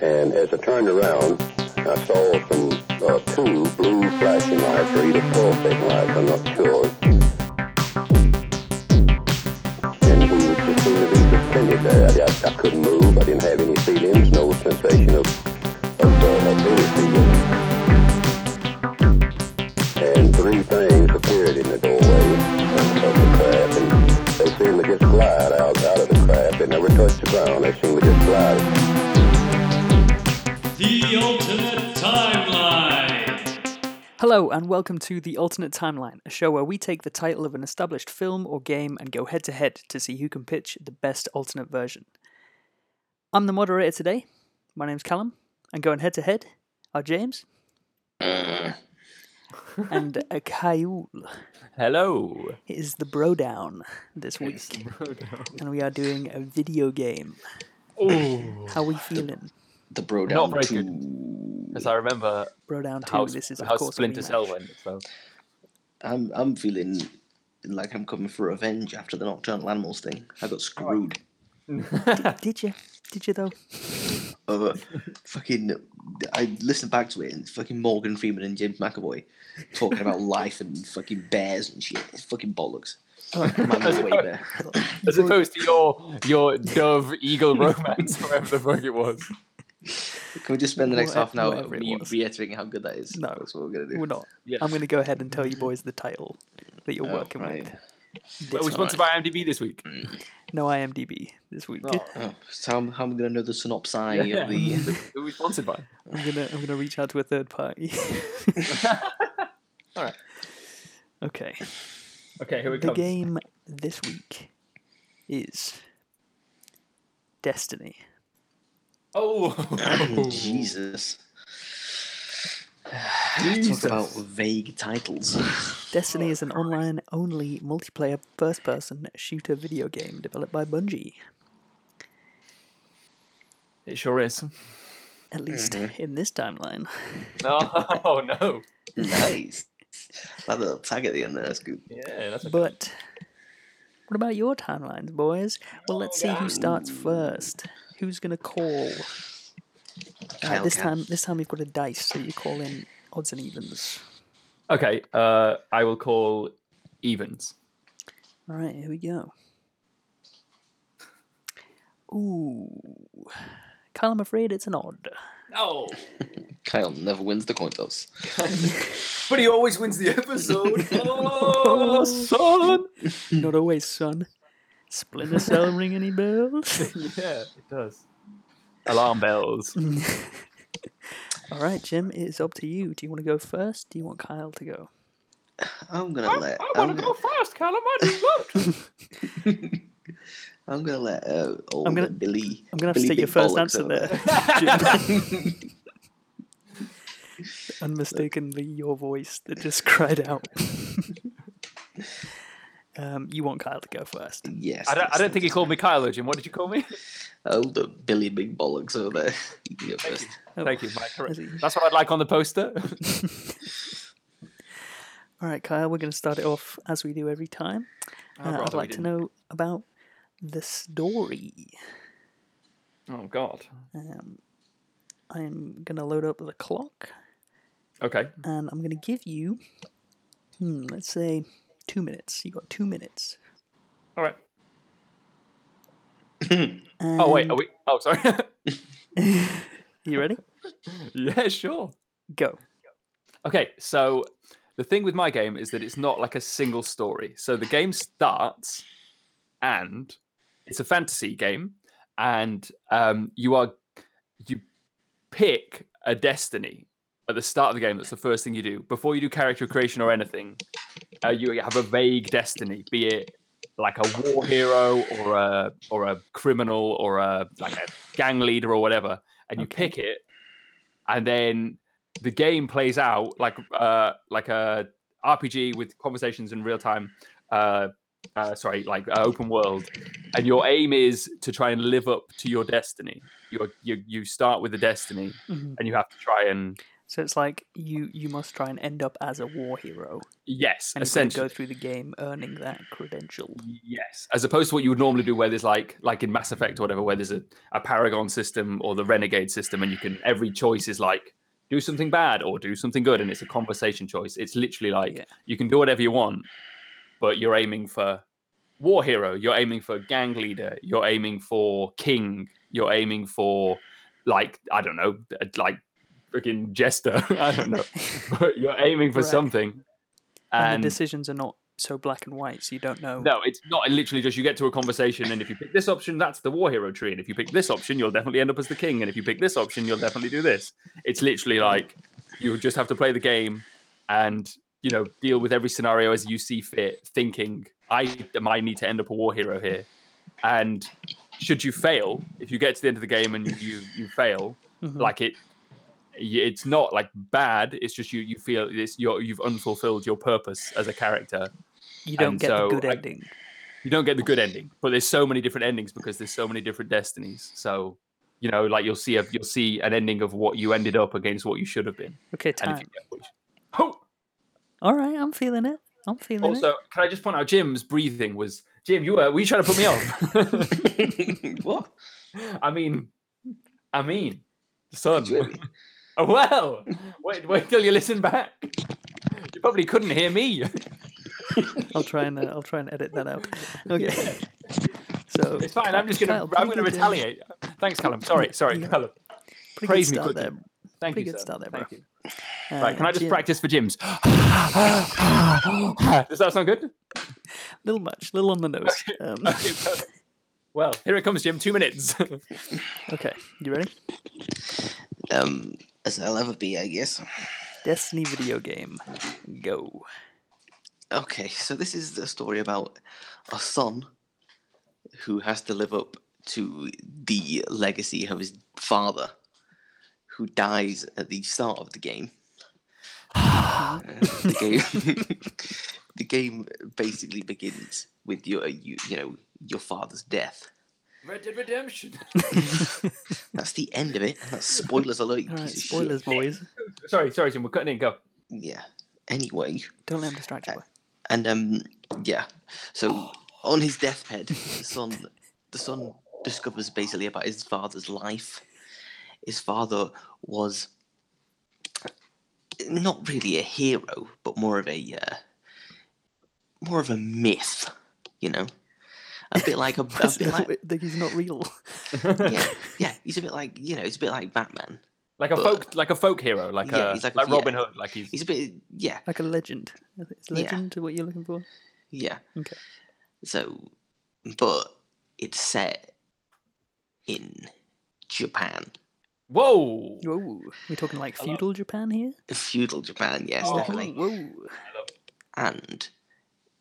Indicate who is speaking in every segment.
Speaker 1: And as I turned around, I saw some uh, two blue flashing lights or either pulsating lights, I'm not sure. And we were just seemed to be suspended there. I, I, I couldn't move. I didn't have any feelings, no sensation of of, uh, of being feeling. And three things appeared in the doorway of of the craft, and they seemed to just glide out out of the craft. They never touched the ground. They seemed to just glide.
Speaker 2: The Ultimate Timeline.
Speaker 3: Hello, and welcome to The Alternate Timeline, a show where we take the title of an established film or game and go head to head to see who can pitch the best alternate version. I'm the moderator today. My name's Callum, and going head to head are James and a Kayul.
Speaker 4: Hello.
Speaker 3: It is the bro down this week, and we are doing a video game. How we feeling?
Speaker 5: the bro
Speaker 4: Not
Speaker 5: down
Speaker 4: very
Speaker 5: two.
Speaker 4: Because I remember
Speaker 3: Bro down two.
Speaker 4: how,
Speaker 3: this is of
Speaker 4: how
Speaker 3: course a
Speaker 4: Splinter
Speaker 3: rematch.
Speaker 4: Cell went. So.
Speaker 5: I'm I'm feeling like I'm coming for revenge after the nocturnal animals thing. I got screwed.
Speaker 3: Did you? Did you though?
Speaker 5: Uh, fucking, I listened back to it and it's fucking Morgan Freeman and James McAvoy talking about life and fucking bears and shit. It's fucking bollocks. Man, there's way better.
Speaker 4: As opposed to your your dove eagle romance, whatever the fuck it was.
Speaker 5: Can we just spend the next half an hour
Speaker 3: Whatever it
Speaker 5: re-
Speaker 3: was.
Speaker 5: reiterating how good that is?
Speaker 3: No,
Speaker 5: that's what we're gonna do.
Speaker 3: We're not.
Speaker 4: Yes.
Speaker 3: I'm going to go ahead and tell you boys the title that you're
Speaker 5: Oh,
Speaker 3: working
Speaker 5: right.
Speaker 3: with.
Speaker 4: It was
Speaker 3: This-
Speaker 4: sponsored by IMDb this week.
Speaker 3: No IMDb this week.
Speaker 4: Oh.
Speaker 5: Oh, so how, how am I gonna know the synopsis
Speaker 4: Yeah.
Speaker 5: of the?
Speaker 4: It was sponsored by.
Speaker 3: I'm gonna I'm gonna reach out to a third party.
Speaker 4: All right.
Speaker 3: Okay.
Speaker 4: Okay, here we
Speaker 3: The game this week is Destiny.
Speaker 4: Oh,
Speaker 5: Oh, Jesus.
Speaker 4: Jesus.
Speaker 5: Talk about vague titles.
Speaker 3: Destiny is an online only multiplayer first person shooter video game developed by Bungie.
Speaker 4: It sure is.
Speaker 3: At least in this timeline.
Speaker 4: No, oh, no.
Speaker 5: nice. That little tag at the end there, that's good.
Speaker 4: Yeah, that's a
Speaker 3: But what about your timelines, boys? Well, let's see who starts first. Who's gonna call? Uh,
Speaker 5: Kyle
Speaker 3: this
Speaker 5: can.
Speaker 3: time, this time you've got a dice, so you call in odds and evens.
Speaker 4: Okay, uh, I will call evens.
Speaker 3: All right, here we go. Ooh, Kyle, I'm afraid it's an odd.
Speaker 4: Oh,
Speaker 5: Kyle never wins the coin toss.
Speaker 4: but he always wins the episode. oh, son.
Speaker 3: Not always, son. Splinter Cell ring any bells?
Speaker 4: Yeah, it does. Alarm bells.
Speaker 3: All right, Jim, it is up to you. Do you want to go first? Do you want Kyle to go?
Speaker 5: I'm gonna let I'm gonna,
Speaker 4: first, Callum. I just looked.
Speaker 5: I'm gonna let uh, old
Speaker 3: I'm gonna-
Speaker 5: Billy.
Speaker 3: I'm gonna have to
Speaker 5: Billy
Speaker 3: take your
Speaker 5: Big
Speaker 3: first
Speaker 5: Bollocks
Speaker 3: answer
Speaker 5: over
Speaker 3: there. Jim. Unmistakably, your voice that just cried out. um, you want Kyle to go first?
Speaker 5: Yes.
Speaker 4: I don't, I
Speaker 5: yes,
Speaker 4: don't think he called me Kylo, Jim. What did you call me?
Speaker 5: Old Billy Big Bollocks over there. You can go first.
Speaker 3: Oh.
Speaker 4: Thank you. My correct-
Speaker 3: Is he-
Speaker 4: That's what I'd like on the poster.
Speaker 3: All right, Kyle, we're going to start it off as we do every time. Uh, I'd
Speaker 4: rather we
Speaker 3: like to
Speaker 4: didn't.
Speaker 3: know about the story.
Speaker 4: Oh, God.
Speaker 3: Um, I'm going to load up the clock
Speaker 4: Okay.
Speaker 3: and I'm going to give you, hmm, let's say, two minutes. You got two minutes.
Speaker 4: All right.
Speaker 3: And
Speaker 4: Oh, wait. Are we? Oh, sorry.
Speaker 3: You ready?
Speaker 4: yeah, sure.
Speaker 3: Go.
Speaker 4: Okay, so the thing with my game is that it's not like a single story. So the game starts, and it's a fantasy game, and um, you are you pick a destiny at the start of the game. That's the first thing you do before you do character creation or anything. Uh, you have a vague destiny, be it like a war hero or a or a criminal or a like a gang leader or whatever, and you
Speaker 3: Okay.
Speaker 4: pick it, and then the game plays out like uh like a RPG with conversations in real time. Uh, uh sorry, like uh, open world, and your aim is to try and live up to your destiny. You you you start with a destiny,
Speaker 3: Mhm.
Speaker 4: and you have to try and
Speaker 3: So it's like you you must try and end up as a war hero,
Speaker 4: Yes,
Speaker 3: and you've got to
Speaker 4: essentially.
Speaker 3: go through the game earning that credential.
Speaker 4: Yes, as opposed to what you would normally do, where there's like like in Mass Effect or whatever, where there's a, a Paragon system or the Renegade system, and you can every choice is like do something bad or do something good, and it's a conversation choice. It's literally like
Speaker 3: Yeah.
Speaker 4: you can do whatever you want, but you're aiming for war hero, you're aiming for gang leader, you're aiming for king, you're aiming for like I don't know, uh, like freaking jester, I don't know, but you're aiming for
Speaker 3: Right.
Speaker 4: something.
Speaker 3: And, the decisions are not so black and white, so you don't know.
Speaker 4: No, it's not. Literally, just you get to a conversation, and if you pick this option, that's the war hero tree, and if you pick this option, you'll definitely end up as the king, and if you pick this option, you'll definitely do this. It's literally like you just have to play the game, and you know deal with every scenario as you see fit, thinking I might need to end up a war hero here, and should you fail, if you get to the end of the game and you you fail,
Speaker 3: Mhm.
Speaker 4: like it. y- It's not like bad. It's just you. You feel it's your, you've unfulfilled your purpose as a character,
Speaker 3: you don't
Speaker 4: and
Speaker 3: get
Speaker 4: so
Speaker 3: the good
Speaker 4: I-
Speaker 3: ending.
Speaker 4: you don't get the good ending, but there's so many different endings because there's so many different destinies. So you know, like you'll see a you'll see an ending of what you ended up against what you should have been.
Speaker 3: Okay,
Speaker 4: And
Speaker 3: time.
Speaker 4: if you get what you- oh,
Speaker 3: All right, I'm feeling it. I'm feeling it.
Speaker 4: also, can I just point out Jim's breathing was Jim? You were were you trying to put me off?
Speaker 5: what?
Speaker 4: I mean, I mean, son.
Speaker 5: Really?
Speaker 4: Oh, well, wait, wait till you listen back. You probably couldn't hear me.
Speaker 3: I'll try and uh, I'll try and edit that out. Okay. so
Speaker 4: It's fine. I'm just gonna
Speaker 3: Kyle, pretty
Speaker 4: I'm gonna
Speaker 3: good, uh,
Speaker 4: retaliate. Thanks, Callum. Sorry, sorry,
Speaker 3: yeah.
Speaker 4: Callum.
Speaker 3: pretty
Speaker 4: praise
Speaker 3: good
Speaker 4: me
Speaker 3: start
Speaker 4: quickly.
Speaker 3: there.
Speaker 4: Thank
Speaker 3: Pretty
Speaker 4: you.
Speaker 3: good
Speaker 4: sir.
Speaker 3: start there, bro.
Speaker 4: Thank you. Right, can I just
Speaker 3: practice?
Speaker 4: practice for Jim's? Does that sound good?
Speaker 3: Little much, little on the nose. Um,
Speaker 4: Okay, perfect. well, here it comes, Jim. Two minutes.
Speaker 3: okay, you ready?
Speaker 5: Um, as I'll ever be, I guess.
Speaker 3: Destiny video game. Go.
Speaker 5: Okay, so this is the story about a son who has to live up to the legacy of his father, who dies at the start of the game. Uh, the game, the game basically begins with your you, you know your father's death.
Speaker 4: Red Dead Redemption.
Speaker 5: That's the end of it. That's spoilers alert. you
Speaker 3: All right,
Speaker 5: piece of shit.
Speaker 3: spoilers, boys.
Speaker 4: Sorry, sorry, Jim. We're cutting in. Go.
Speaker 5: Yeah. Anyway,
Speaker 3: Don't let him distract you. boy.
Speaker 5: And um, yeah. So on his deathbed, the son, the son discovers basically about his father's life. His father was not really a hero, but more of a uh, more of a myth, you know. A bit like a, a
Speaker 3: That's
Speaker 5: bit
Speaker 3: not-
Speaker 5: like,
Speaker 3: that he's not real.
Speaker 5: yeah, yeah. He's a bit like you know, he's a bit like Batman.
Speaker 4: Like a
Speaker 5: But-
Speaker 4: folk, like a folk hero, like
Speaker 5: Yeah,
Speaker 4: a
Speaker 5: he's
Speaker 4: like,
Speaker 5: like a-
Speaker 4: Robin
Speaker 5: yeah.
Speaker 4: Hood, like he's.
Speaker 5: He's a bit yeah,
Speaker 3: Like a legend. Is
Speaker 5: Yeah.
Speaker 3: legend what you're looking for?
Speaker 5: Yeah.
Speaker 3: Okay.
Speaker 5: So, but it's set in Japan,
Speaker 4: Whoa!
Speaker 3: Whoa. We're talking like feudal Japan here?
Speaker 5: feudal Japan, yes,
Speaker 4: Oh.
Speaker 5: definitely.
Speaker 3: Whoa.
Speaker 5: And,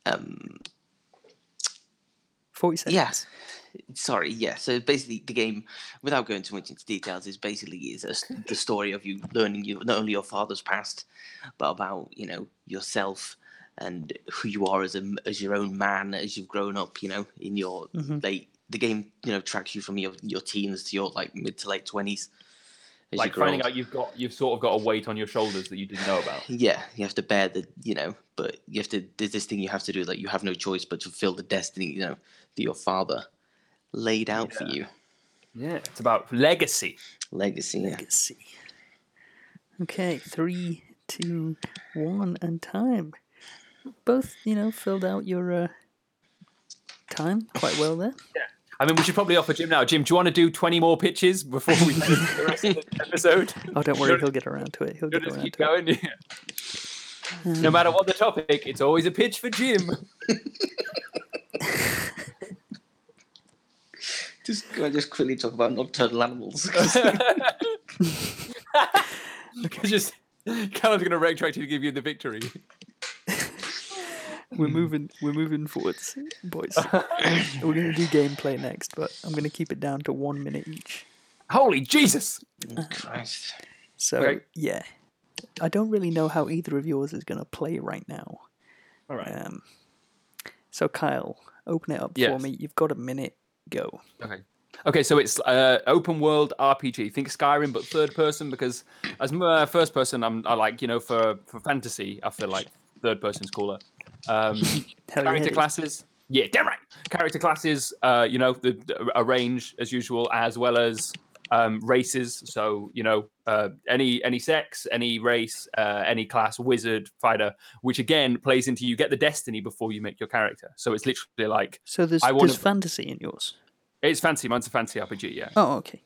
Speaker 5: um,
Speaker 3: 40 seconds.
Speaker 5: yes, sorry, yeah. So basically, the game, without going too much into details, is basically is a s the story of you learning you not only your father's past, but about you know yourself and who you are as a m- as your own man as you've grown up. You know, in your
Speaker 4: Mm-hmm.
Speaker 3: Mhm.
Speaker 5: late the game, you know, tracks you from your your teens to your like mid to late twenties.
Speaker 4: Like finding out you've got, you've sort of got a weight on your shoulders that you didn't know about.
Speaker 5: yeah, you have to bear the, you know, but you have to, there's this thing you have to do, like, you have no choice but to fulfill the destiny, you know, that your father laid out for you.
Speaker 4: Yeah, it's about legacy.
Speaker 5: Legacy. yeah.
Speaker 3: Let's see. Okay, three, two, one, and time. Both, you know, filled out your uh, time quite well there.
Speaker 4: I mean, we should probably offer Jim now. Jim, do you want to do 20 more pitches before we finish the rest of the episode?
Speaker 3: Oh, don't worry,
Speaker 4: Should-
Speaker 3: he'll get around to it. He'll
Speaker 4: You'll
Speaker 3: get
Speaker 4: just
Speaker 3: around
Speaker 4: keep
Speaker 3: to it.
Speaker 4: going. yeah. No matter what the topic, it's always a pitch for Jim.
Speaker 5: Just, can I just quickly talk about nocturnal animals?
Speaker 4: just Callum's gonna retroactively to give you the victory.
Speaker 3: We're moving. We're moving forwards, boys. we're gonna do gameplay next, but I'm gonna keep it down to one minute each.
Speaker 4: Holy Jesus!
Speaker 5: Christ.
Speaker 3: So
Speaker 4: Okay.
Speaker 3: yeah, I don't really know how either of yours is gonna play right now.
Speaker 4: All right.
Speaker 3: Um, so Kyle, open it up for
Speaker 4: Yes.
Speaker 3: me. You've got a minute. Go.
Speaker 4: Okay. Okay, so it's uh, open world RPG. Think Skyrim, but third person because as m- uh, first person, I'm I like you know for for fantasy, I feel like third person's cooler. Um,
Speaker 3: Hell yeah,
Speaker 4: character
Speaker 3: dude.
Speaker 4: classes, yeah, damn right. Character classes, uh, you know, the, the a range as usual, as well as um, races. So you know, uh, any any sex, any race, uh, any class, wizard, fighter, which again plays into you get the destiny before you make your character. So it's literally like
Speaker 3: So there's
Speaker 4: I wanna-
Speaker 3: there's fantasy in yours.
Speaker 4: it's fancy, mine's a fancy RPG, yeah
Speaker 3: Oh, okay.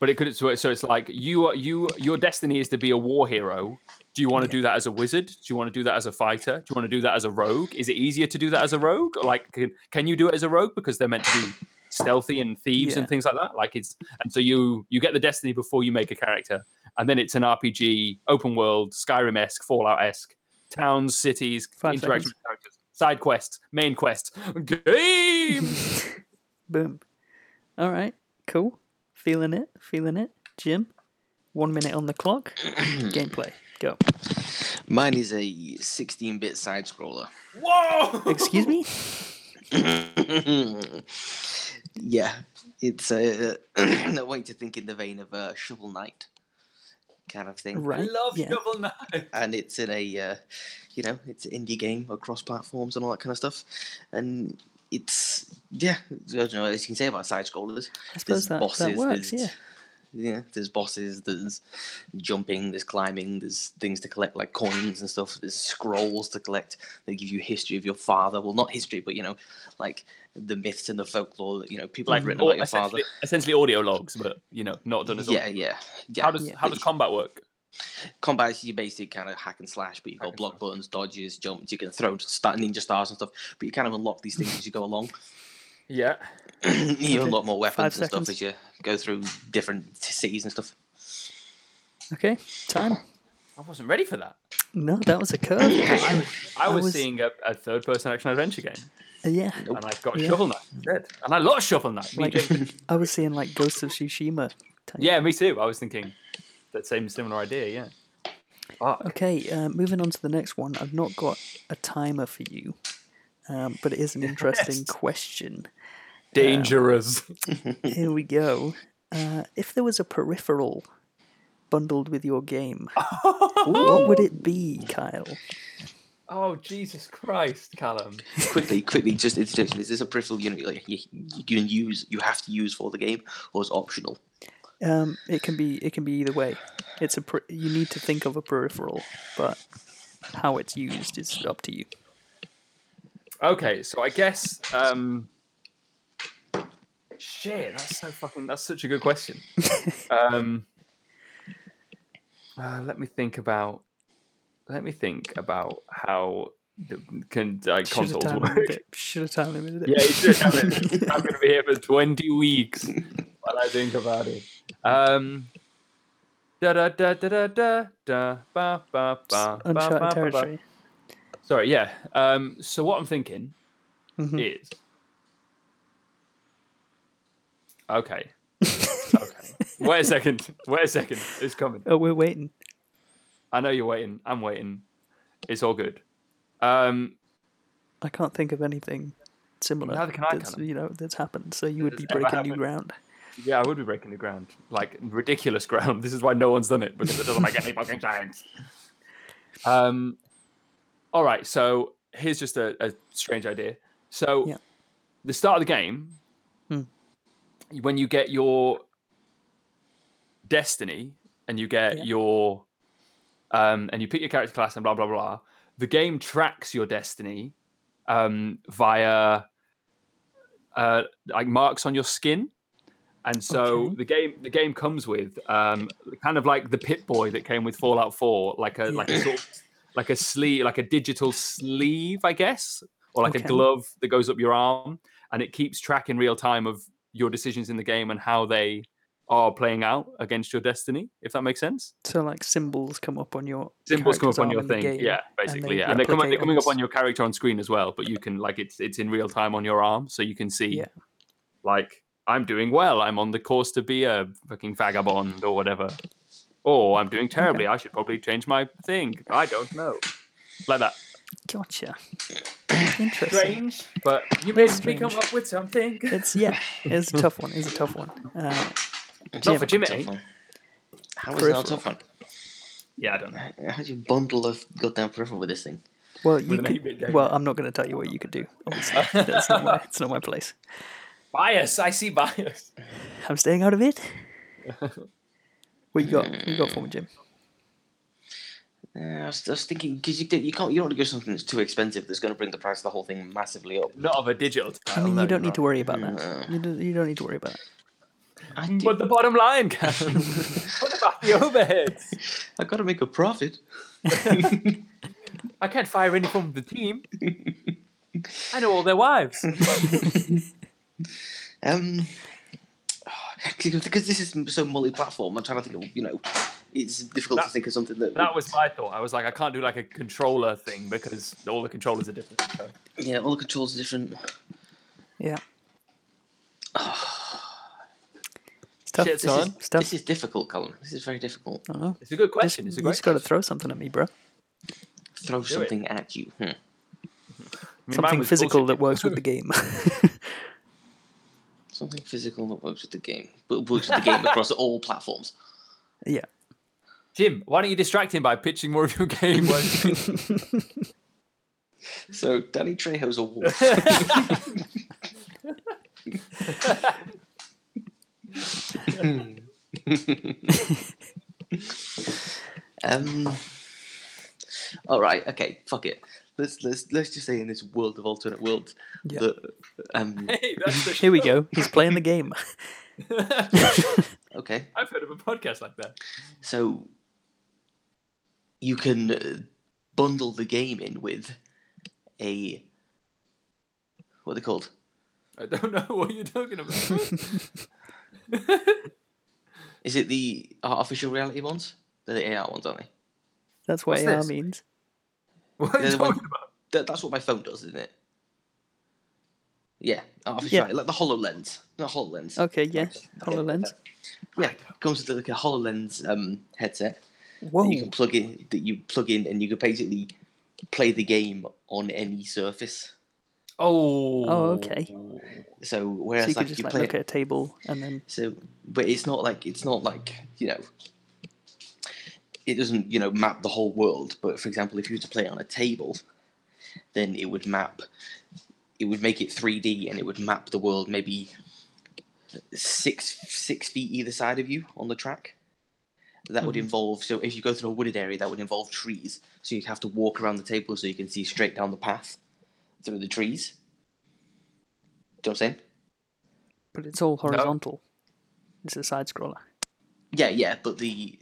Speaker 4: but it could so, so it's like you are you your destiny is to be a war hero do you want to do that as a wizard do you want to do that as a fighter do you want to do that as a rogue is it easier to do that as a rogue Or, like can, can you do it as a rogue because they're meant to be stealthy and thieves
Speaker 3: Yeah.
Speaker 4: and things like that like it's and so you you get the destiny before you make a character and then it's an rpg open world skyrim-esque fallout-esque towns cities
Speaker 3: Five
Speaker 4: interaction
Speaker 3: seconds.
Speaker 4: with characters side quests main quests game
Speaker 3: Boom. All right. Cool. Feeling it. Feeling it. Jim. One minute on the clock. Gameplay. Go.
Speaker 5: Mine is a 16-bit side scroller.
Speaker 4: whoa
Speaker 3: Excuse me.
Speaker 5: yeah, it's a not wanting to think in the vein of a Shovel Knight kind of thing.
Speaker 4: i
Speaker 3: Right.
Speaker 4: love
Speaker 3: yeah.
Speaker 4: shovel knight
Speaker 5: and it's in a uh, you know it's an indie game across platforms and all that kind of stuff and it's yeah i don't know what else you can say about side scrollers
Speaker 3: I suppose that, that works.
Speaker 5: there's
Speaker 3: Yeah.
Speaker 5: yeah there's bosses there's jumping there's climbing there's things to collect like coins and stuff there's scrolls to collect that give you history of your father well not history but you know like the myths and the folklore that you know people
Speaker 4: like
Speaker 5: have written
Speaker 4: au-
Speaker 5: about your father
Speaker 4: Mm-hmm. Oh, essentially, essentially audio logs, but you know, not done as
Speaker 5: yeah,
Speaker 4: audio.
Speaker 5: yeah yeah
Speaker 4: How does
Speaker 3: yeah.
Speaker 4: how does combat work?
Speaker 5: combat is your basic kind of hack and slash, but you've
Speaker 4: Hack
Speaker 5: got
Speaker 4: and
Speaker 5: block
Speaker 4: slash.
Speaker 5: buttons, dodges, jumps. You can throw star, ninja stars and stuff, but you kind of unlock these things as you go along.
Speaker 4: Yeah.
Speaker 5: you
Speaker 3: Okay,
Speaker 5: unlock more weapons
Speaker 3: five
Speaker 5: and stuff
Speaker 3: seconds.
Speaker 5: as you go through different t- cities and stuff.
Speaker 3: Okay. Time.
Speaker 4: I wasn't ready for that.
Speaker 3: No, that was a curve.
Speaker 4: I was, I
Speaker 3: I
Speaker 4: was,
Speaker 3: was-
Speaker 4: seeing a, a third person action adventure game,
Speaker 3: yeah.
Speaker 4: and I got
Speaker 3: Yeah.
Speaker 4: Shovel Knight instead. And I love Shovel Knight. Me
Speaker 3: Like,
Speaker 4: too.
Speaker 3: I was seeing like Ghost of Tsushima. Type.
Speaker 4: yeah, me too. I was thinking that same similar idea. Yeah. Fuck.
Speaker 3: Okay, uh, moving on to the next one. I've not got a timer for you, um, but it is an interesting
Speaker 4: Yes.
Speaker 3: question.
Speaker 4: Dangerous.
Speaker 3: Here we go. Uh, if there was a peripheral bundled with your game, what would it be, Kyle?
Speaker 4: Oh Jesus Christ, Callum.
Speaker 5: Quickly, quickly, just interjection. Is this a peripheral unit like, you, you can use, you have to use for the game, or it's optional?
Speaker 3: Um, it can be it can be either way. It's a per- you need to think of a peripheral, but how it's used is up to you.
Speaker 4: Okay, so I guess. um Shit, that's so fucking. That's such a good question. um, uh, let me think about. Let me think about how the, can uh,
Speaker 3: Should have
Speaker 4: consoles
Speaker 3: time
Speaker 4: work.
Speaker 3: limited it. Should have time limited it.
Speaker 4: Yeah, you should have it. I'm going to be here for 20 weeks while I think about it. Um, da da da da da da da ba ba ba ba ba
Speaker 3: Uncharted
Speaker 4: ba, ba.
Speaker 3: territory.
Speaker 4: Sorry, yeah. Um, so what I'm thinking
Speaker 3: Mhm.
Speaker 4: is okay. okay. Wait a second. Wait a second. It's coming.
Speaker 3: Oh, we're waiting.
Speaker 4: I know you're waiting. I'm waiting. It's all good. Um,
Speaker 3: I can't think of anything similar
Speaker 4: Neither can I,
Speaker 3: that's
Speaker 4: Callum.
Speaker 3: you know that's happened. So you would
Speaker 4: That's
Speaker 3: be
Speaker 4: ever
Speaker 3: breaking new
Speaker 4: happened.
Speaker 3: ground.
Speaker 4: yeah, I would be breaking the ground, like ridiculous ground. This is why no one's done it because it doesn't make any fucking sense. Um, all right. So here's just a, a strange idea. So
Speaker 3: Yeah.
Speaker 4: the start of the game,
Speaker 3: Hmm.
Speaker 4: when you get your destiny and you get
Speaker 3: Yeah.
Speaker 4: your um, and you pick your character class and blah blah blah, the game tracks your destiny um, via uh, like marks on your skin. And so
Speaker 3: Okay.
Speaker 4: the game the game comes with um, kind of like the Pit Boy that came with Fallout 4, like a like a sort of, like a sleeve, like a digital sleeve, I guess, or like
Speaker 3: Okay.
Speaker 4: a glove that goes up your arm, and it keeps track in real time of your decisions in the game and how they are playing out against your destiny. If that makes sense,
Speaker 3: So like symbols come up on your
Speaker 4: symbols come up
Speaker 3: character's
Speaker 4: on
Speaker 3: arm
Speaker 4: your
Speaker 3: in the
Speaker 4: thing,
Speaker 3: game,
Speaker 4: yeah,
Speaker 3: and
Speaker 4: basically,
Speaker 3: they
Speaker 4: yeah, and they come up,
Speaker 3: replicate
Speaker 4: they're coming up
Speaker 3: those.
Speaker 4: on your character on screen as well, but you can like it's it's in real time on your arm, so you can see
Speaker 3: Yeah.
Speaker 4: like I'm doing well. I'm on the course to be a fucking vagabond or whatever. Or I'm doing terribly. I should probably change my thing. I don't know. Like that.
Speaker 3: Gotcha. Interesting.
Speaker 4: Strange, but you made me
Speaker 3: Strange.
Speaker 4: come up with something.
Speaker 3: It's yeah, it's a tough one. It's a tough one. Uh,
Speaker 4: Not for Jimmy.
Speaker 5: Tough one. How is that
Speaker 3: Hmm. Peripheral.
Speaker 5: a tough one?
Speaker 4: Yeah, I don't know.
Speaker 5: How do you bundle a goddamn peripheral with this thing?
Speaker 3: well, you
Speaker 4: With an
Speaker 3: could,
Speaker 4: 8-bit game.
Speaker 3: well, I'm not going to tell you what you could do. Obviously, that's not my, it's not my place.
Speaker 4: Bias. I see bias.
Speaker 3: I'm staying out of it. What you got? What you got for me, Jim?
Speaker 5: Yeah, Uh, I, was, I was thinking because you, you can't you don't want to go something that's too expensive that's going to bring the price of the whole thing massively up.
Speaker 4: Not of a digital.
Speaker 3: I mean, you don't need to worry about that.
Speaker 5: Mm.
Speaker 3: You don't, you don't need to worry about that.
Speaker 5: I do,
Speaker 4: But the bottom line, Gavin. what about the overheads?
Speaker 5: I got to make a profit.
Speaker 4: I can't fire any from the team. I know all their wives.
Speaker 5: Um, because this is so multi-platform, I'm trying to think of you know, it's difficult
Speaker 4: That-
Speaker 5: to think of something that,
Speaker 4: That was my thought. I was like, I can't do like a controller thing because all the controllers are different. So.
Speaker 5: yeah, all the controls are different.
Speaker 3: Yeah. Stuff,
Speaker 4: Shit's
Speaker 3: this is,
Speaker 4: on.
Speaker 3: stuff.
Speaker 5: This is difficult, Colin. This is very difficult.
Speaker 3: I don't know.
Speaker 4: It's a good
Speaker 3: Just,
Speaker 4: question.
Speaker 3: you
Speaker 4: It's a great
Speaker 3: just got to
Speaker 4: question.
Speaker 3: throw something at me, bro.
Speaker 5: Throw
Speaker 4: it.
Speaker 5: something at you. Hmm.
Speaker 4: I mean, mine
Speaker 3: Something
Speaker 4: was
Speaker 3: physical
Speaker 4: bullshit.
Speaker 3: that works with the game.
Speaker 5: Something physical that works with the game, but works with the game across all platforms.
Speaker 3: yeah.
Speaker 4: Jim, why don't you distract him by pitching more of your game? while you-
Speaker 5: So Danny Trejo's a wolf. um. All right. Okay. Fuck it. Let's let's let's just say in this world of alternate worlds
Speaker 3: Yeah.
Speaker 5: that um.
Speaker 4: hey, that's the
Speaker 3: Here we go. He's playing the game.
Speaker 5: Okay.
Speaker 4: I've heard of a podcast like that.
Speaker 5: So you can uh, bundle the game in with a what are they called?
Speaker 4: I don't know what you're talking about.
Speaker 5: Is it the artificial reality ones? They're the AR ones, aren't they?
Speaker 3: That's what
Speaker 4: What's
Speaker 3: AR
Speaker 4: this?
Speaker 3: means.
Speaker 4: what are
Speaker 5: They're
Speaker 4: you
Speaker 5: the one-
Speaker 4: talking about?
Speaker 5: That, that's what my phone does, isn't it? Yeah, artificial
Speaker 3: Yeah.
Speaker 5: reality, like the Hololens, not Hololens.
Speaker 3: Okay. Yeah. Hololens.
Speaker 5: Yeah, it comes with like a Hololens um, headset that
Speaker 3: Whoa.
Speaker 4: Oh.
Speaker 5: you can plug in that you plug in, and you can basically play the game on any surface.
Speaker 4: Oh.
Speaker 3: Oh, okay.
Speaker 5: So
Speaker 3: So
Speaker 5: whereas
Speaker 3: you
Speaker 5: like
Speaker 3: can just
Speaker 5: you
Speaker 3: like
Speaker 5: play
Speaker 3: look at
Speaker 5: it,
Speaker 3: a table and then
Speaker 5: so but it's not like it's not like you know. It doesn't, you know, map the whole world. But for example, if you were to play it on a table, then it would map. It would make it 3D, and it would map the world maybe six six feet either side of you on the track. That would
Speaker 3: Mm-hmm.
Speaker 5: involve. So if you go through a wooded area, that would involve trees. So you'd have to walk around the table so you can see straight down the path through the trees. Do you know what I'm saying?
Speaker 3: but it's all horizontal. It's a side scroller.
Speaker 5: Yeah, yeah, but the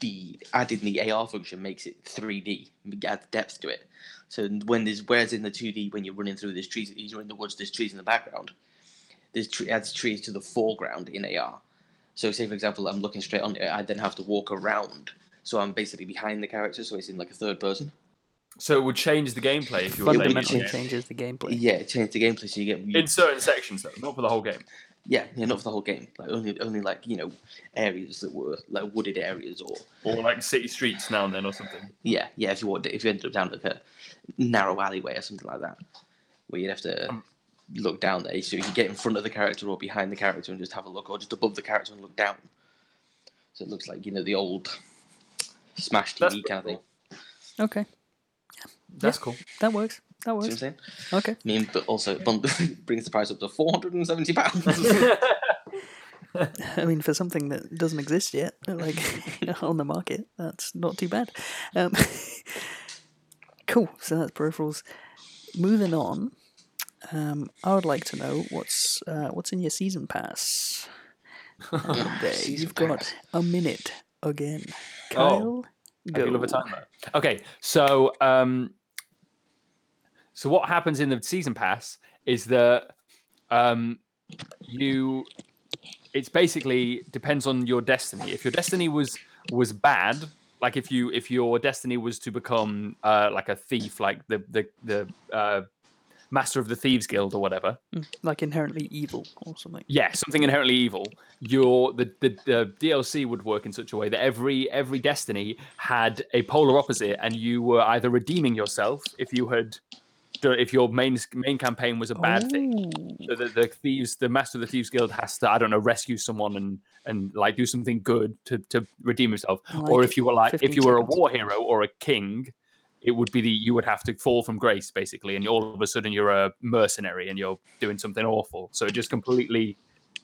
Speaker 5: the adding the AR function makes it 3D, adds depth to it. So when there's whereas in the 2D, when you're running through there's trees, you're in the woods, there's trees in the background. There's tre- adds trees to the foreground in AR. So say for example, I'm looking straight on it, I then have to walk around. So I'm basically behind the character, so it's in like a third person.
Speaker 4: So it would change the gameplay if you were playing
Speaker 3: Fundamentally
Speaker 4: it
Speaker 5: yeah.
Speaker 3: changes the gameplay.
Speaker 5: Yeah, it changed the gameplay, so you get
Speaker 4: in certain sections, though, not for the whole game.
Speaker 5: yeah, yeah, not for the whole game, like only only like you know areas that were like wooded areas or
Speaker 4: Or like city streets now and then or something.
Speaker 5: Yeah, yeah. If you walked, if you ended up down like a narrow alleyway or something like that, where you'd have to
Speaker 4: Um.
Speaker 5: look down there, so you can get in front of the character or behind the character and just have a look, or just above the character and look down. So it looks like you know the old Smash
Speaker 4: That's
Speaker 5: TV
Speaker 4: pretty
Speaker 5: kind of thing.
Speaker 4: cool.
Speaker 3: Okay.
Speaker 4: That's cool.
Speaker 3: That works. That
Speaker 5: See what I'm
Speaker 3: works.
Speaker 5: saying?
Speaker 3: Okay.
Speaker 5: I mean, but also it bund- brings the price up to four hundred and seventy pounds.
Speaker 3: I mean, for something that doesn't exist yet, like on the market, that's not too bad. Um, cool. So that's peripherals. Moving on, um, I would like to know what's uh, what's in your season pass. And there, you've got a minute again. Kyle,
Speaker 4: Oh,
Speaker 3: go.
Speaker 4: You'll have a time there. Okay, so um, so what happens in the season pass is that um, you it's basically depends on your destiny. If your destiny was was bad, like if you if your destiny was to become uh, like a thief, like the the the uh, master of the thieves guild or whatever,
Speaker 3: Like inherently evil or something.
Speaker 4: yeah something inherently evil your the, the the dlc would work in such a way that every every destiny had a polar opposite and you were either redeeming yourself if you had if your main main campaign was a bad thing. So the, the thieves, the master of the thieves guild has to, I don't know, rescue someone and and like do something good to to redeem himself.
Speaker 3: I
Speaker 4: or
Speaker 3: like
Speaker 4: if you were like, if
Speaker 3: 15
Speaker 4: you were a
Speaker 3: seconds.
Speaker 4: war hero or a king, it would be the you would have to fall from grace basically, and all of a sudden you're a mercenary and you're doing something awful. So it just completely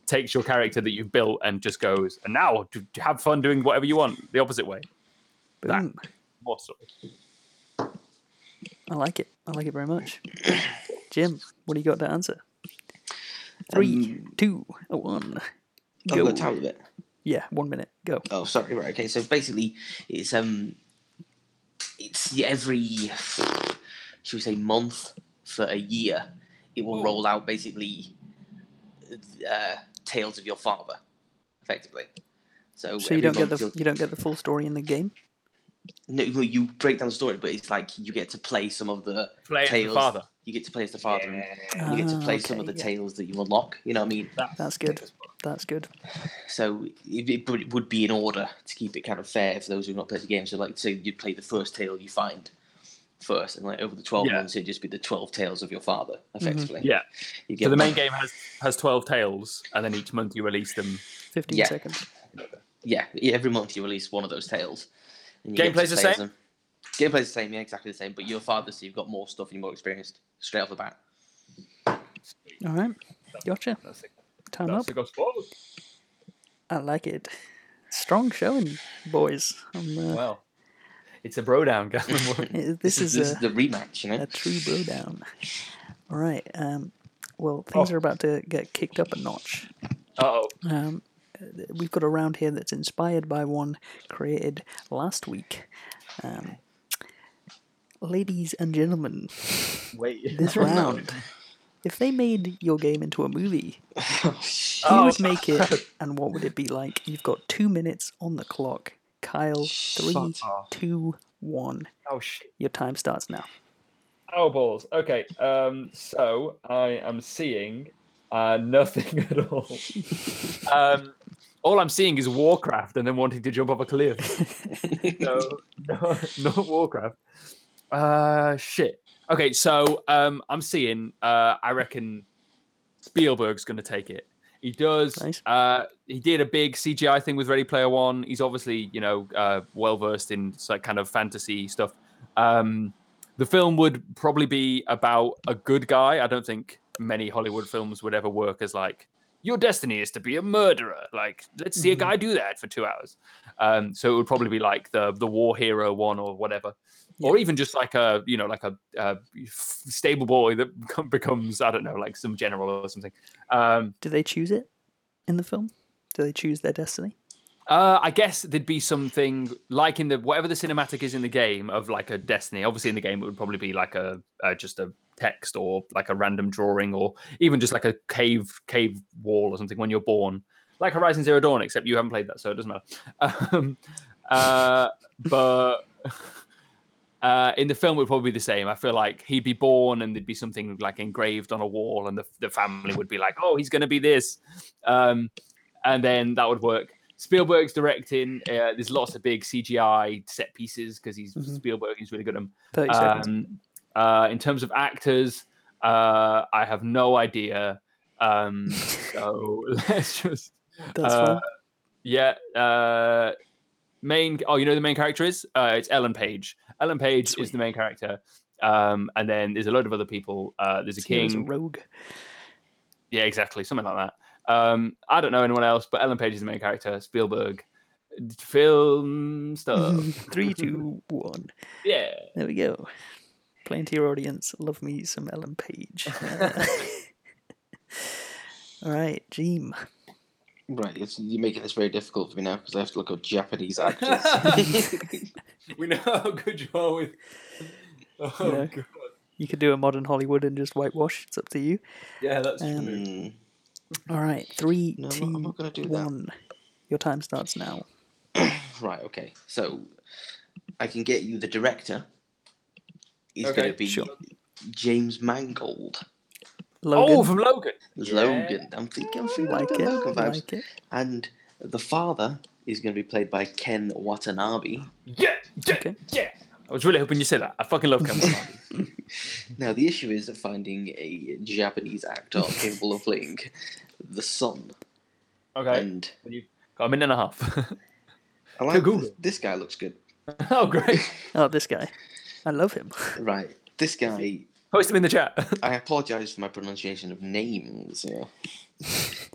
Speaker 4: takes your character that you've built and just goes, and now d- d- have fun doing whatever you want the opposite way. That.
Speaker 3: Boom.
Speaker 4: More sort of-
Speaker 3: I like it. I like it very much. Jim, what do you got to answer? Three, two, a one.
Speaker 5: Um, I've
Speaker 3: Go.
Speaker 5: got time with it.
Speaker 3: Yeah, one minute. Go.
Speaker 5: Oh, sorry. Right. Okay. So basically, it's um, it's every should we say month for a year, it will roll out basically uh, tales of your father, effectively. So,
Speaker 3: So you
Speaker 5: every
Speaker 3: don't get
Speaker 5: month
Speaker 3: the
Speaker 5: you'll-
Speaker 3: you don't get the full story in the game.
Speaker 5: no, well, you break down the story, but it's like you get to play some of the
Speaker 4: Play as the
Speaker 5: tales.
Speaker 4: father.
Speaker 5: You get to play as the father. And
Speaker 3: Yeah.
Speaker 5: you get to
Speaker 3: Ah,
Speaker 5: play some of
Speaker 3: okay,
Speaker 5: the
Speaker 3: yeah.
Speaker 5: tales that you unlock. You know what I mean?
Speaker 3: That's good. That's good.
Speaker 5: So it, it, but it would be in order to keep it kind of fair for those who've not played the game. So like, say you'd play the first tale you find first, and like over the twelve
Speaker 4: Yeah. Mm-hmm.
Speaker 5: months, it'd just be the twelve tales of your father, effectively.
Speaker 4: Yeah.
Speaker 5: You
Speaker 4: So the main
Speaker 5: one-
Speaker 4: game has has twelve tales, and then each month you release them.
Speaker 3: Fifteen
Speaker 5: Yeah.
Speaker 3: seconds.
Speaker 5: Yeah, yeah, every month you release one of those tales. And get to
Speaker 4: Gameplay's the
Speaker 5: play as
Speaker 4: same?
Speaker 5: them. Gameplay's the same, yeah, exactly the same. But you're father, so you've got more stuff and you're more experienced straight off the bat.
Speaker 3: All right. Gotcha.
Speaker 4: That's it.
Speaker 3: Time
Speaker 4: That's
Speaker 3: up.
Speaker 4: the gospel.
Speaker 3: I like it. Strong showing, boys. I'm, uh,
Speaker 4: Well, it's a bro down, Gavin.
Speaker 3: eh, this is
Speaker 5: this is
Speaker 3: a,
Speaker 5: the rematch, you know.
Speaker 3: a true bro down. All right. Um, well, things
Speaker 4: Oh.
Speaker 3: are about to get kicked up a notch.
Speaker 4: oh,
Speaker 3: Um, th- we've got a round here that's inspired by one created last week. Um, ladies and gentlemen,
Speaker 4: wait.
Speaker 3: this round, if they made your game into a movie, who
Speaker 4: Oh.
Speaker 3: would make it and what would it be like? You've got two minutes on the clock. Kyle, three,
Speaker 5: Shut
Speaker 3: two, one.
Speaker 4: Oh shit.
Speaker 3: Your time starts now.
Speaker 4: Oh balls. Okay. Um. So I am seeing uh nothing at all. um. All I'm seeing is Warcraft, and then wanting to jump off a cliff. no, no, not Warcraft. Uh. Shit. Okay. So um. I'm seeing. Uh. I reckon Spielberg's going to take it. He does.
Speaker 3: Nice.
Speaker 4: Uh, he did a big CGI thing with Ready Player One. He's obviously, you know, uh, well versed in s- like kind of fantasy stuff. Um, the film would probably be about a good guy. I don't think many Hollywood films would ever work as like your destiny is to be a murderer. Like, let's see a guy do that for two hours. Um, so it would probably be like the the war hero one or whatever, or even just like a you know like a, a f- stable boy that become- becomes I don't know like some general or something. Um,
Speaker 3: Do they choose it in the film? Do they choose their destiny?
Speaker 4: Uh, I guess there'd be something like in the whatever the cinematic is in the game of like a destiny. Obviously, in the game, it would probably be like a uh, just a text or like a random drawing or even just like a cave cave wall or something when you're born, like Horizon Zero Dawn. Except you haven't played that, so it doesn't matter. Um, uh, but uh, in the film, it would probably be the same. I feel like he'd be born and there'd be something like engraved on a wall, and the, the family would be like, "Oh, he's going to be this," um, and then that would work. Spielberg's directing. Uh, there's lots of big CGI set pieces because he's Spielberg. He's really good at 'em.
Speaker 3: 30 seconds.
Speaker 4: Um, uh, in terms of actors, uh, I have no idea. Um, so let's just
Speaker 3: That's
Speaker 4: uh,
Speaker 3: fine.
Speaker 4: yeah. Uh, main. Oh, you know who the main character is. Uh, it's Ellen Page. Ellen Page is the main character. Um, and then there's a load of other people. Uh, there's a
Speaker 3: He was a
Speaker 4: king.
Speaker 3: rogue.
Speaker 4: Yeah, exactly. Something like that. Um, I don't know anyone else, but Ellen Page is the main character. Spielberg. Film stuff.
Speaker 3: Three, two, one.
Speaker 4: yeah.
Speaker 3: There we go. Playing to your audience. Love me some Ellen Page. Uh, All right, Jeem.
Speaker 5: Right, it's, you're making this very difficult for me now because I have to look up Japanese actors.
Speaker 4: We know how good you are with. Oh
Speaker 3: know?
Speaker 4: god.
Speaker 3: You could do a modern Hollywood and just whitewash. It's up to you.
Speaker 4: Yeah, that's
Speaker 3: Um,
Speaker 4: true.
Speaker 5: Mm.
Speaker 3: All right, three,
Speaker 5: No, I'm
Speaker 3: two,
Speaker 5: not- I'm not gonna do that.
Speaker 3: one. Your time starts now.
Speaker 5: Right, okay. So I can get you the director. He's
Speaker 4: Okay,
Speaker 5: going to be James Mangold.
Speaker 3: Logan,
Speaker 4: Oh, from Logan.
Speaker 5: Logan. I'm thinking I'm feeling
Speaker 3: like
Speaker 5: like
Speaker 3: it,
Speaker 5: Logan vibes.
Speaker 3: like it.
Speaker 5: And the father is going to be played by Ken Watanabe.
Speaker 4: Yeah, yeah,
Speaker 3: Okay.
Speaker 4: yeah. was really hoping you say that. I fucking love Ken Watanabe.
Speaker 5: Now the issue is that finding a Japanese actor capable of playing the son,
Speaker 4: okay,
Speaker 5: and
Speaker 4: got a minute and a half.
Speaker 5: I like
Speaker 4: Kagura.
Speaker 5: this, this guy looks good.
Speaker 4: oh great!
Speaker 3: Oh, this guy. I love him.
Speaker 5: Right, this guy.
Speaker 4: Post him in the chat.
Speaker 5: I apologize for my pronunciation of names. Yeah,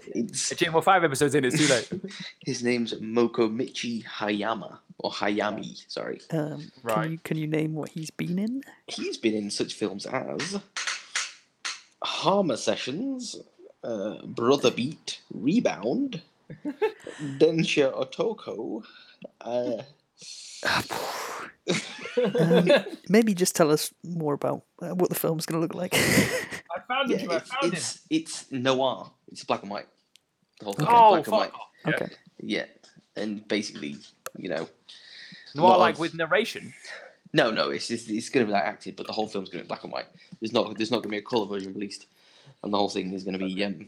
Speaker 5: it's,
Speaker 4: Jim, we're five episodes in. It's too late.
Speaker 5: his name's Mokomichi Hayama or Hayami. Sorry,
Speaker 3: Um,
Speaker 4: Right.
Speaker 3: Can you, can you name what he's been in?
Speaker 5: he's been in such films as Harmer Sessions, uh, Brother Beat, Rebound, Densha Otoko. Uh,
Speaker 3: Um, maybe just tell us more about uh, what the film's going to look like.
Speaker 4: I found
Speaker 5: yeah, it's, it's it's noir. It's black and white. The whole thing is
Speaker 4: Oh
Speaker 5: black and
Speaker 4: fuck!
Speaker 5: white.
Speaker 4: Yeah.
Speaker 3: okay.
Speaker 5: Yeah, and basically, you know,
Speaker 4: Noir
Speaker 5: Lot
Speaker 4: like
Speaker 5: of-
Speaker 4: with narration.
Speaker 5: no, no, it's just, it's going to be like acted, but the whole film's going to be black and white. There's not there's not going to be a color version released, and the whole thing is going to be um,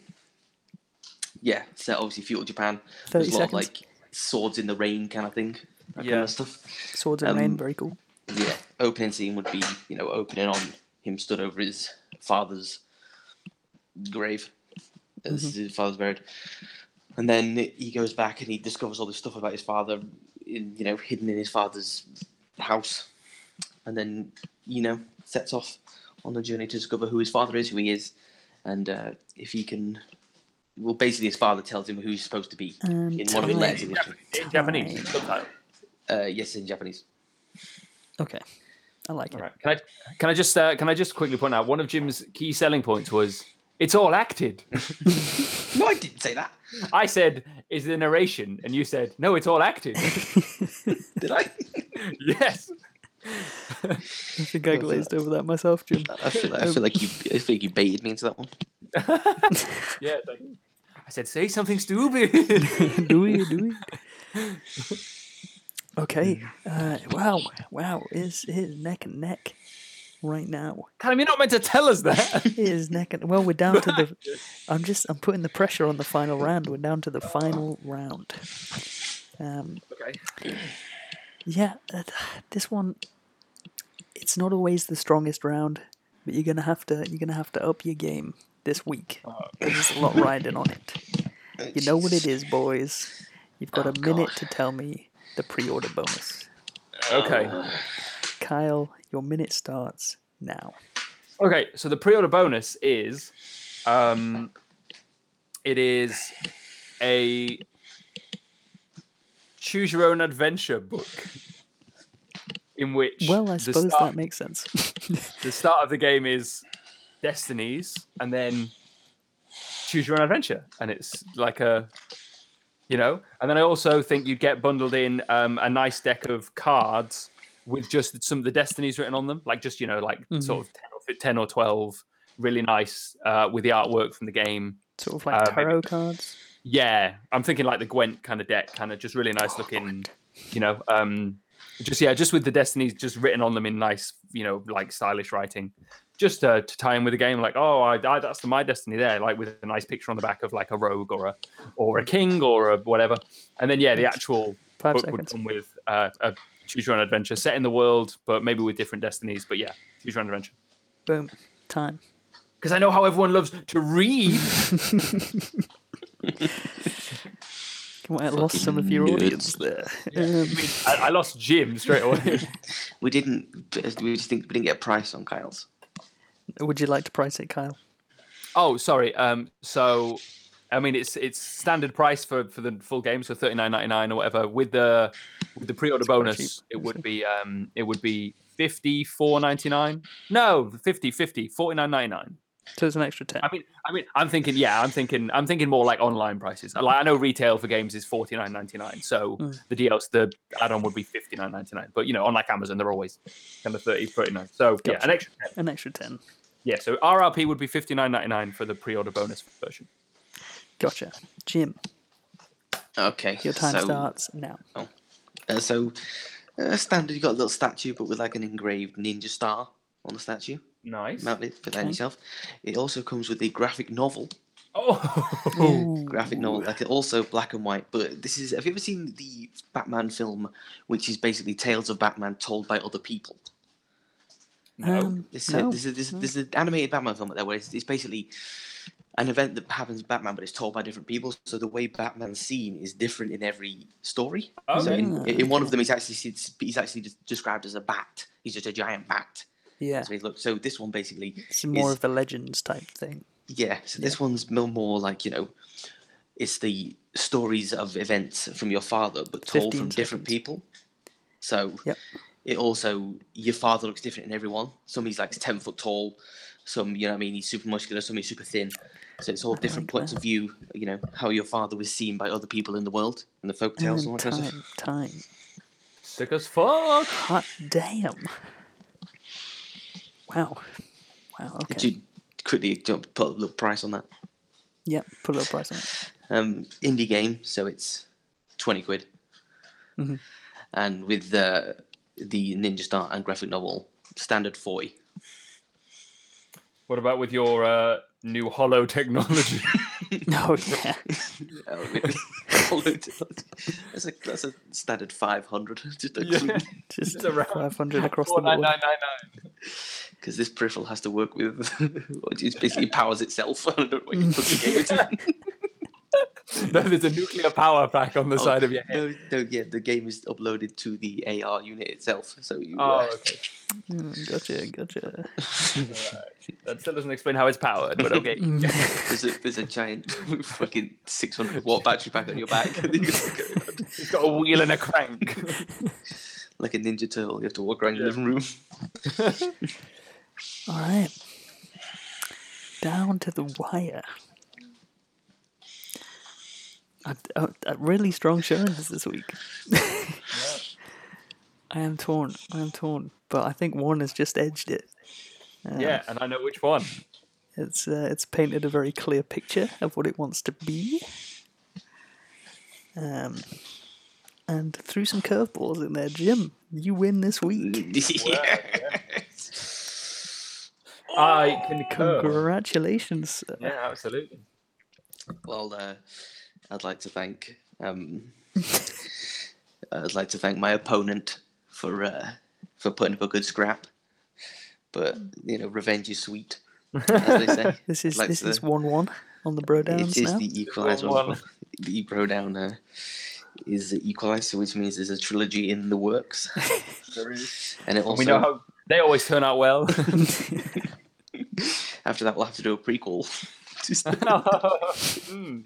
Speaker 5: yeah, set obviously feudal Japan.
Speaker 3: 30
Speaker 5: There's a lot
Speaker 3: seconds.
Speaker 5: of like swords in the rain kind of thing. That kind
Speaker 4: Yeah.
Speaker 5: of stuff.
Speaker 3: Swords and Rain,
Speaker 5: um,
Speaker 3: very cool.
Speaker 5: Yeah, opening scene would be you know opening on him stood over his father's grave, as his father's buried, and then he goes back and he discovers all this stuff about his father, in, you know, hidden in his father's house, and then you know sets off on a journey to discover who his father is, who he is, and uh, if he can. Well, basically, his father tells him who he's supposed to be
Speaker 3: And
Speaker 5: in one of his
Speaker 3: time.
Speaker 5: letters. in his-
Speaker 4: In Japanese subtitle.
Speaker 5: Uh, yes, in Japanese.
Speaker 3: Okay. I like it.
Speaker 4: All right. Can I can I just uh, can I just quickly point out one of Jim's key selling points was it's all acted.
Speaker 5: No, I didn't say that.
Speaker 4: I said is the narration, and you said no, it's all acted.
Speaker 5: Did I?
Speaker 4: yes.
Speaker 3: I think I glazed over that myself, Jim.
Speaker 5: I feel, like, I feel like you, I feel like you baited me into that one.
Speaker 4: Yeah. it's like- I said say something stupid.
Speaker 3: do it, do it. Okay. Uh, wow, wow. It's, it's neck and neck right now.
Speaker 4: Callum, you're not meant to tell us that.
Speaker 3: It is neck and well, we're down to the. I'm just. I'm putting the pressure on the final round. We're down to the final round. Um,
Speaker 4: okay.
Speaker 3: yeah, uh, this one. It's not always the strongest round, but you're gonna have to. You're gonna have to up your game this week. There's a lot riding on it. You know what it is, boys. You've got a
Speaker 4: Oh,
Speaker 3: minute to tell me the pre-order bonus.
Speaker 4: Okay.
Speaker 3: Kyle, your minute starts now.
Speaker 4: Okay. So the pre-order bonus is, um, it is a choose your own adventure book. In which
Speaker 3: Well, I
Speaker 4: the
Speaker 3: suppose
Speaker 4: start-
Speaker 3: that makes sense.
Speaker 4: the start of the game is destinies and then choose your own adventure and it's like a you know and then i also think you get bundled in um, a nice deck of cards with just some of the destinies written on them like just you know like sort of 10 or, fif- 10 or 12 really nice uh, with the artwork from the game
Speaker 3: sort of like
Speaker 4: Uh, maybe-
Speaker 3: tarot cards.
Speaker 4: yeah i'm thinking like the gwent kind of deck kind of just really
Speaker 3: Oh,
Speaker 4: nice looking you know um just yeah just with the destinies just written on them in nice you know like stylish writing just uh, to tie in with the game like oh I, I that's my destiny there like with a nice picture on the back of like a rogue or a or a king or a whatever and then yeah the actual
Speaker 3: Five
Speaker 4: book would
Speaker 3: seconds.
Speaker 4: come with uh, a choose your own adventure set in the world but maybe with different destinies but yeah choose your own adventure
Speaker 3: Boom. Time.
Speaker 4: because i know how everyone loves to read
Speaker 3: Come on, I lost some of your
Speaker 5: nerds.
Speaker 3: audience there. Um,
Speaker 4: I, I lost jim straight away
Speaker 5: We didn't. We just think we didn't get a price on Kyle's.
Speaker 3: would you like to price it, Kyle?
Speaker 4: Oh, sorry. Um, so, I mean, it's it's standard price for for the full game, so thirty nine ninety nine or whatever. With the with the pre order bonus,
Speaker 3: cheap,
Speaker 4: it would be um it would be fifty four ninety nine. No, 50, 50, 49.99.
Speaker 3: So it's an extra ten.
Speaker 4: I mean, I mean, I'm thinking, yeah, I'm thinking, I'm thinking more like online prices. Like I know retail for games is forty nine ninety nine, so
Speaker 3: Hmm.
Speaker 4: the DLC, the add on would be fifty nine ninety nine. But you know, on like Amazon, they're always kind of 30, 39. So yeah, an
Speaker 3: Gotcha.
Speaker 4: extra. 10.
Speaker 3: An extra ten.
Speaker 4: Yeah, so RRP would be fifty nine ninety nine for the pre order bonus version.
Speaker 3: Gotcha. Jim,
Speaker 5: Okay.
Speaker 3: your time
Speaker 5: so,
Speaker 3: starts now.
Speaker 5: Uh, so, uh, standard. You got a little statue, but with like an engraved ninja star on the statue.
Speaker 4: Nice.
Speaker 5: Mount it, put that
Speaker 3: Okay.
Speaker 5: on yourself. It also comes with a graphic novel
Speaker 4: Oh,
Speaker 5: graphic novel, like also black and white. But this is have you ever seen the Batman film, which is basically tales of Batman told by other people?
Speaker 4: no.
Speaker 3: Um,
Speaker 5: This is,
Speaker 3: no.
Speaker 5: this is, this is, this is an animated Batman film there where it's, it's basically an event that happens in Batman, but it's told by different people. So the way Batman's seen is different in every story. So
Speaker 4: Okay.
Speaker 5: in, in one of them, he's actually he's he's actually just described as a bat. He's just a giant bat.
Speaker 3: yeah,
Speaker 5: So he looks. So this one basically
Speaker 3: it's more
Speaker 5: is-
Speaker 3: of the legends type thing.
Speaker 5: yeah, so this one's mo- more like, you know, it's the stories of events from your father, but told
Speaker 3: 15
Speaker 5: from different
Speaker 3: seconds.
Speaker 5: people. So
Speaker 3: Yep.
Speaker 5: it also, your father looks different in everyone. Some he's like 10 foot tall, some, you know what I mean, he's super muscular, some he's super thin. So it's all different
Speaker 3: like
Speaker 5: points
Speaker 3: that.
Speaker 5: of view, you know, how your father was seen by other people in the world and the folk tales and all
Speaker 3: And
Speaker 5: that kind of stuff.
Speaker 3: Mm, time, time.
Speaker 4: sick as fuck.
Speaker 3: Hot damn. Wow. Wow.
Speaker 5: Did
Speaker 3: Okay.
Speaker 5: you quickly jump- put a little price on that?
Speaker 3: Yep. Put a little price on it.
Speaker 5: um, indie game, so it's twenty quid.
Speaker 4: Mm-hmm.
Speaker 3: Mhm.
Speaker 5: And with the the Ninja Star and graphic novel, standard forty.
Speaker 4: What about with your uh, new hollow technology?
Speaker 3: Oh yeah.
Speaker 5: Uh, with- that's a that's a standard five hundred.
Speaker 4: Yeah.
Speaker 3: Just
Speaker 4: around
Speaker 3: five hundred across the
Speaker 4: Four nine
Speaker 3: board.
Speaker 4: nine nine nine.
Speaker 5: because this peripheral has to work with. it basically powers itself. I don't know what you put the game into.
Speaker 4: No, there's a nuclear power pack on the side of your head.
Speaker 5: No, no, yeah, the game is uploaded to the AR unit itself. So you.
Speaker 4: Oh,
Speaker 5: uh,
Speaker 4: okay.
Speaker 3: Mm, gotcha. Gotcha.
Speaker 4: That still doesn't explain how it's powered, but okay.
Speaker 5: There's a, there's a giant fucking 600 watt battery pack on your back.
Speaker 4: it's got a wheel and a crank.
Speaker 5: like a ninja turtle, you have to walk around your living room.
Speaker 3: All right. Down to the wire. A, a, a really strong showings this week. I am torn. I am torn. But I think one has just edged it.
Speaker 4: yeah, and I know which one.
Speaker 3: It's uh, it's painted a very clear picture of what it wants to be. Um, and threw some curveballs in there, Jim. You win this week.
Speaker 4: I can
Speaker 5: Oh.
Speaker 4: concur.
Speaker 3: Congratulations. sir.
Speaker 4: Yeah, absolutely.
Speaker 5: Well, uh, I'd like to thank um, I'd like to thank my opponent for uh, for putting up a good scrap. But you know, revenge is sweet, as they say.
Speaker 3: This is
Speaker 5: Like
Speaker 3: this is
Speaker 5: the-
Speaker 3: one one on the bro downs
Speaker 5: It is
Speaker 3: now.
Speaker 5: the equalizer.
Speaker 4: Well, well.
Speaker 5: The Ebro down uh, is the equalizer, which means there's a trilogy in the works. And it also,
Speaker 4: we know how they always turn out well.
Speaker 5: after that, we'll have to do a prequel. Just-
Speaker 3: Oh,
Speaker 4: Mm.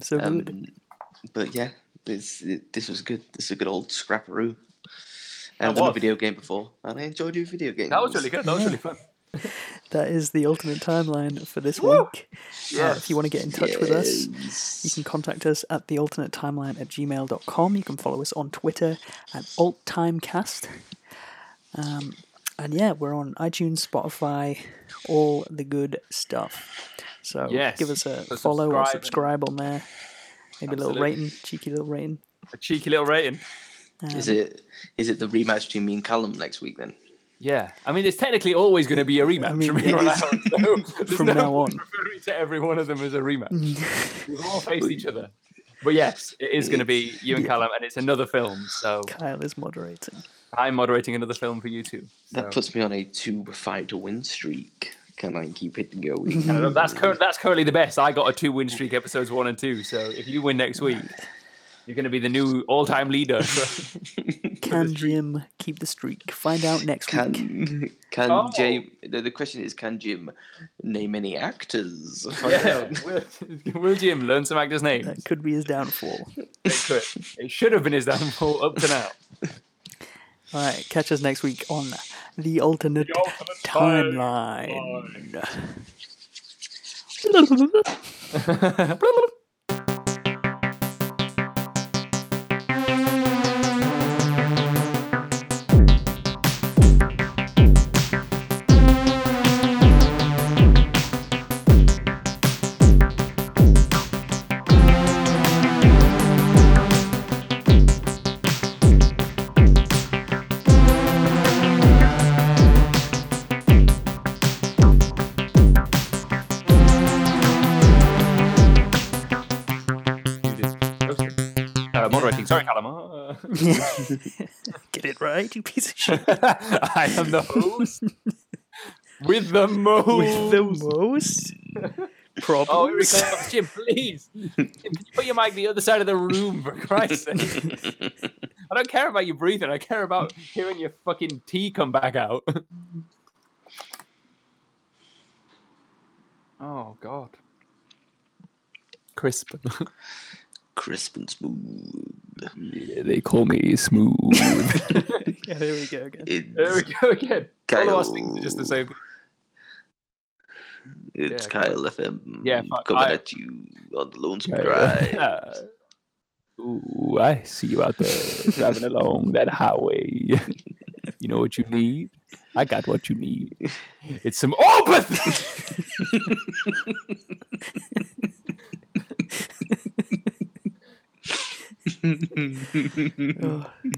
Speaker 3: so good.
Speaker 5: um, but yeah, this it, this was good. This is a good old scrapperoo. I've done a
Speaker 4: was.
Speaker 5: video game before, and I enjoyed doing video games.
Speaker 4: that was really good. That was really fun.
Speaker 3: that is the ultimate timeline for this week. Uh, if you want to get in touch with us, You can contact us at the alternate timeline at gmail.com. You can follow us on Twitter at alttimecast. Um, and yeah, we're on iTunes, Spotify, all the good stuff. So
Speaker 4: Yes.
Speaker 3: give us a
Speaker 4: So
Speaker 3: follow or
Speaker 4: subscribe
Speaker 3: subscribe on there. Maybe a little
Speaker 4: Absolutely.
Speaker 3: rating, cheeky little rating.
Speaker 4: A cheeky little rating.
Speaker 5: Is it is it the rematch between me and Callum next week then?
Speaker 4: Yeah, I mean, it's technically always going to be a rematch
Speaker 3: mean,
Speaker 4: from,
Speaker 3: it
Speaker 4: here on
Speaker 5: is.
Speaker 4: out, so there's
Speaker 3: From
Speaker 4: no
Speaker 3: now
Speaker 4: point
Speaker 3: on. Mm.
Speaker 4: referring to every one of them as a rematch. We've all faced each other, but yes, it is going to be you and Callum, and it's another film. So
Speaker 3: Kyle is moderating.
Speaker 4: I'm moderating another film for you too.
Speaker 5: That
Speaker 4: So.
Speaker 5: puts me on a two fight to win streak. Can I keep it
Speaker 4: I
Speaker 3: Mm.
Speaker 5: going?
Speaker 4: don't know, that's cur- that's currently the best. I got a two win streak episodes one and two. So if you win next week, you're going to be the new all time leader.
Speaker 3: Can Jim keep the streak? Find out next week.
Speaker 5: Can can
Speaker 4: Oh.
Speaker 5: Jim? The, the question is, can Jim name any actors?
Speaker 4: yeah. Will, Will Jim learn some actors' names?
Speaker 3: That could be his downfall.
Speaker 4: It could. It should have been his downfall up to now.
Speaker 3: All right, catch us next week on the alternate,
Speaker 2: alternate
Speaker 3: timeline. Mm.
Speaker 4: Uh,
Speaker 3: Get it right, you piece of shit.
Speaker 4: I am the host with the most.
Speaker 3: With the most problems.
Speaker 4: Oh, here we go. Jim, please. Jim, can you put your mic the other side of the room, for Christ's sake? I don't care about you breathing. I care about hearing your fucking tea come back out. oh, God. Crisp.
Speaker 5: Crisp and smooth.
Speaker 4: they call me smooth.
Speaker 3: yeah, there we go again.
Speaker 5: It's,
Speaker 4: there we go again. All of us
Speaker 5: Kyle.
Speaker 4: things are just the same.
Speaker 5: it's
Speaker 4: yeah,
Speaker 5: Kyle FM.
Speaker 4: Yeah, fuck,
Speaker 5: coming
Speaker 4: I-
Speaker 5: at you on the Lone Speed Drive.
Speaker 4: Ooh, I see you out there driving along that highway. you know what you need? I got what you need. It's some opeth.
Speaker 3: Oh,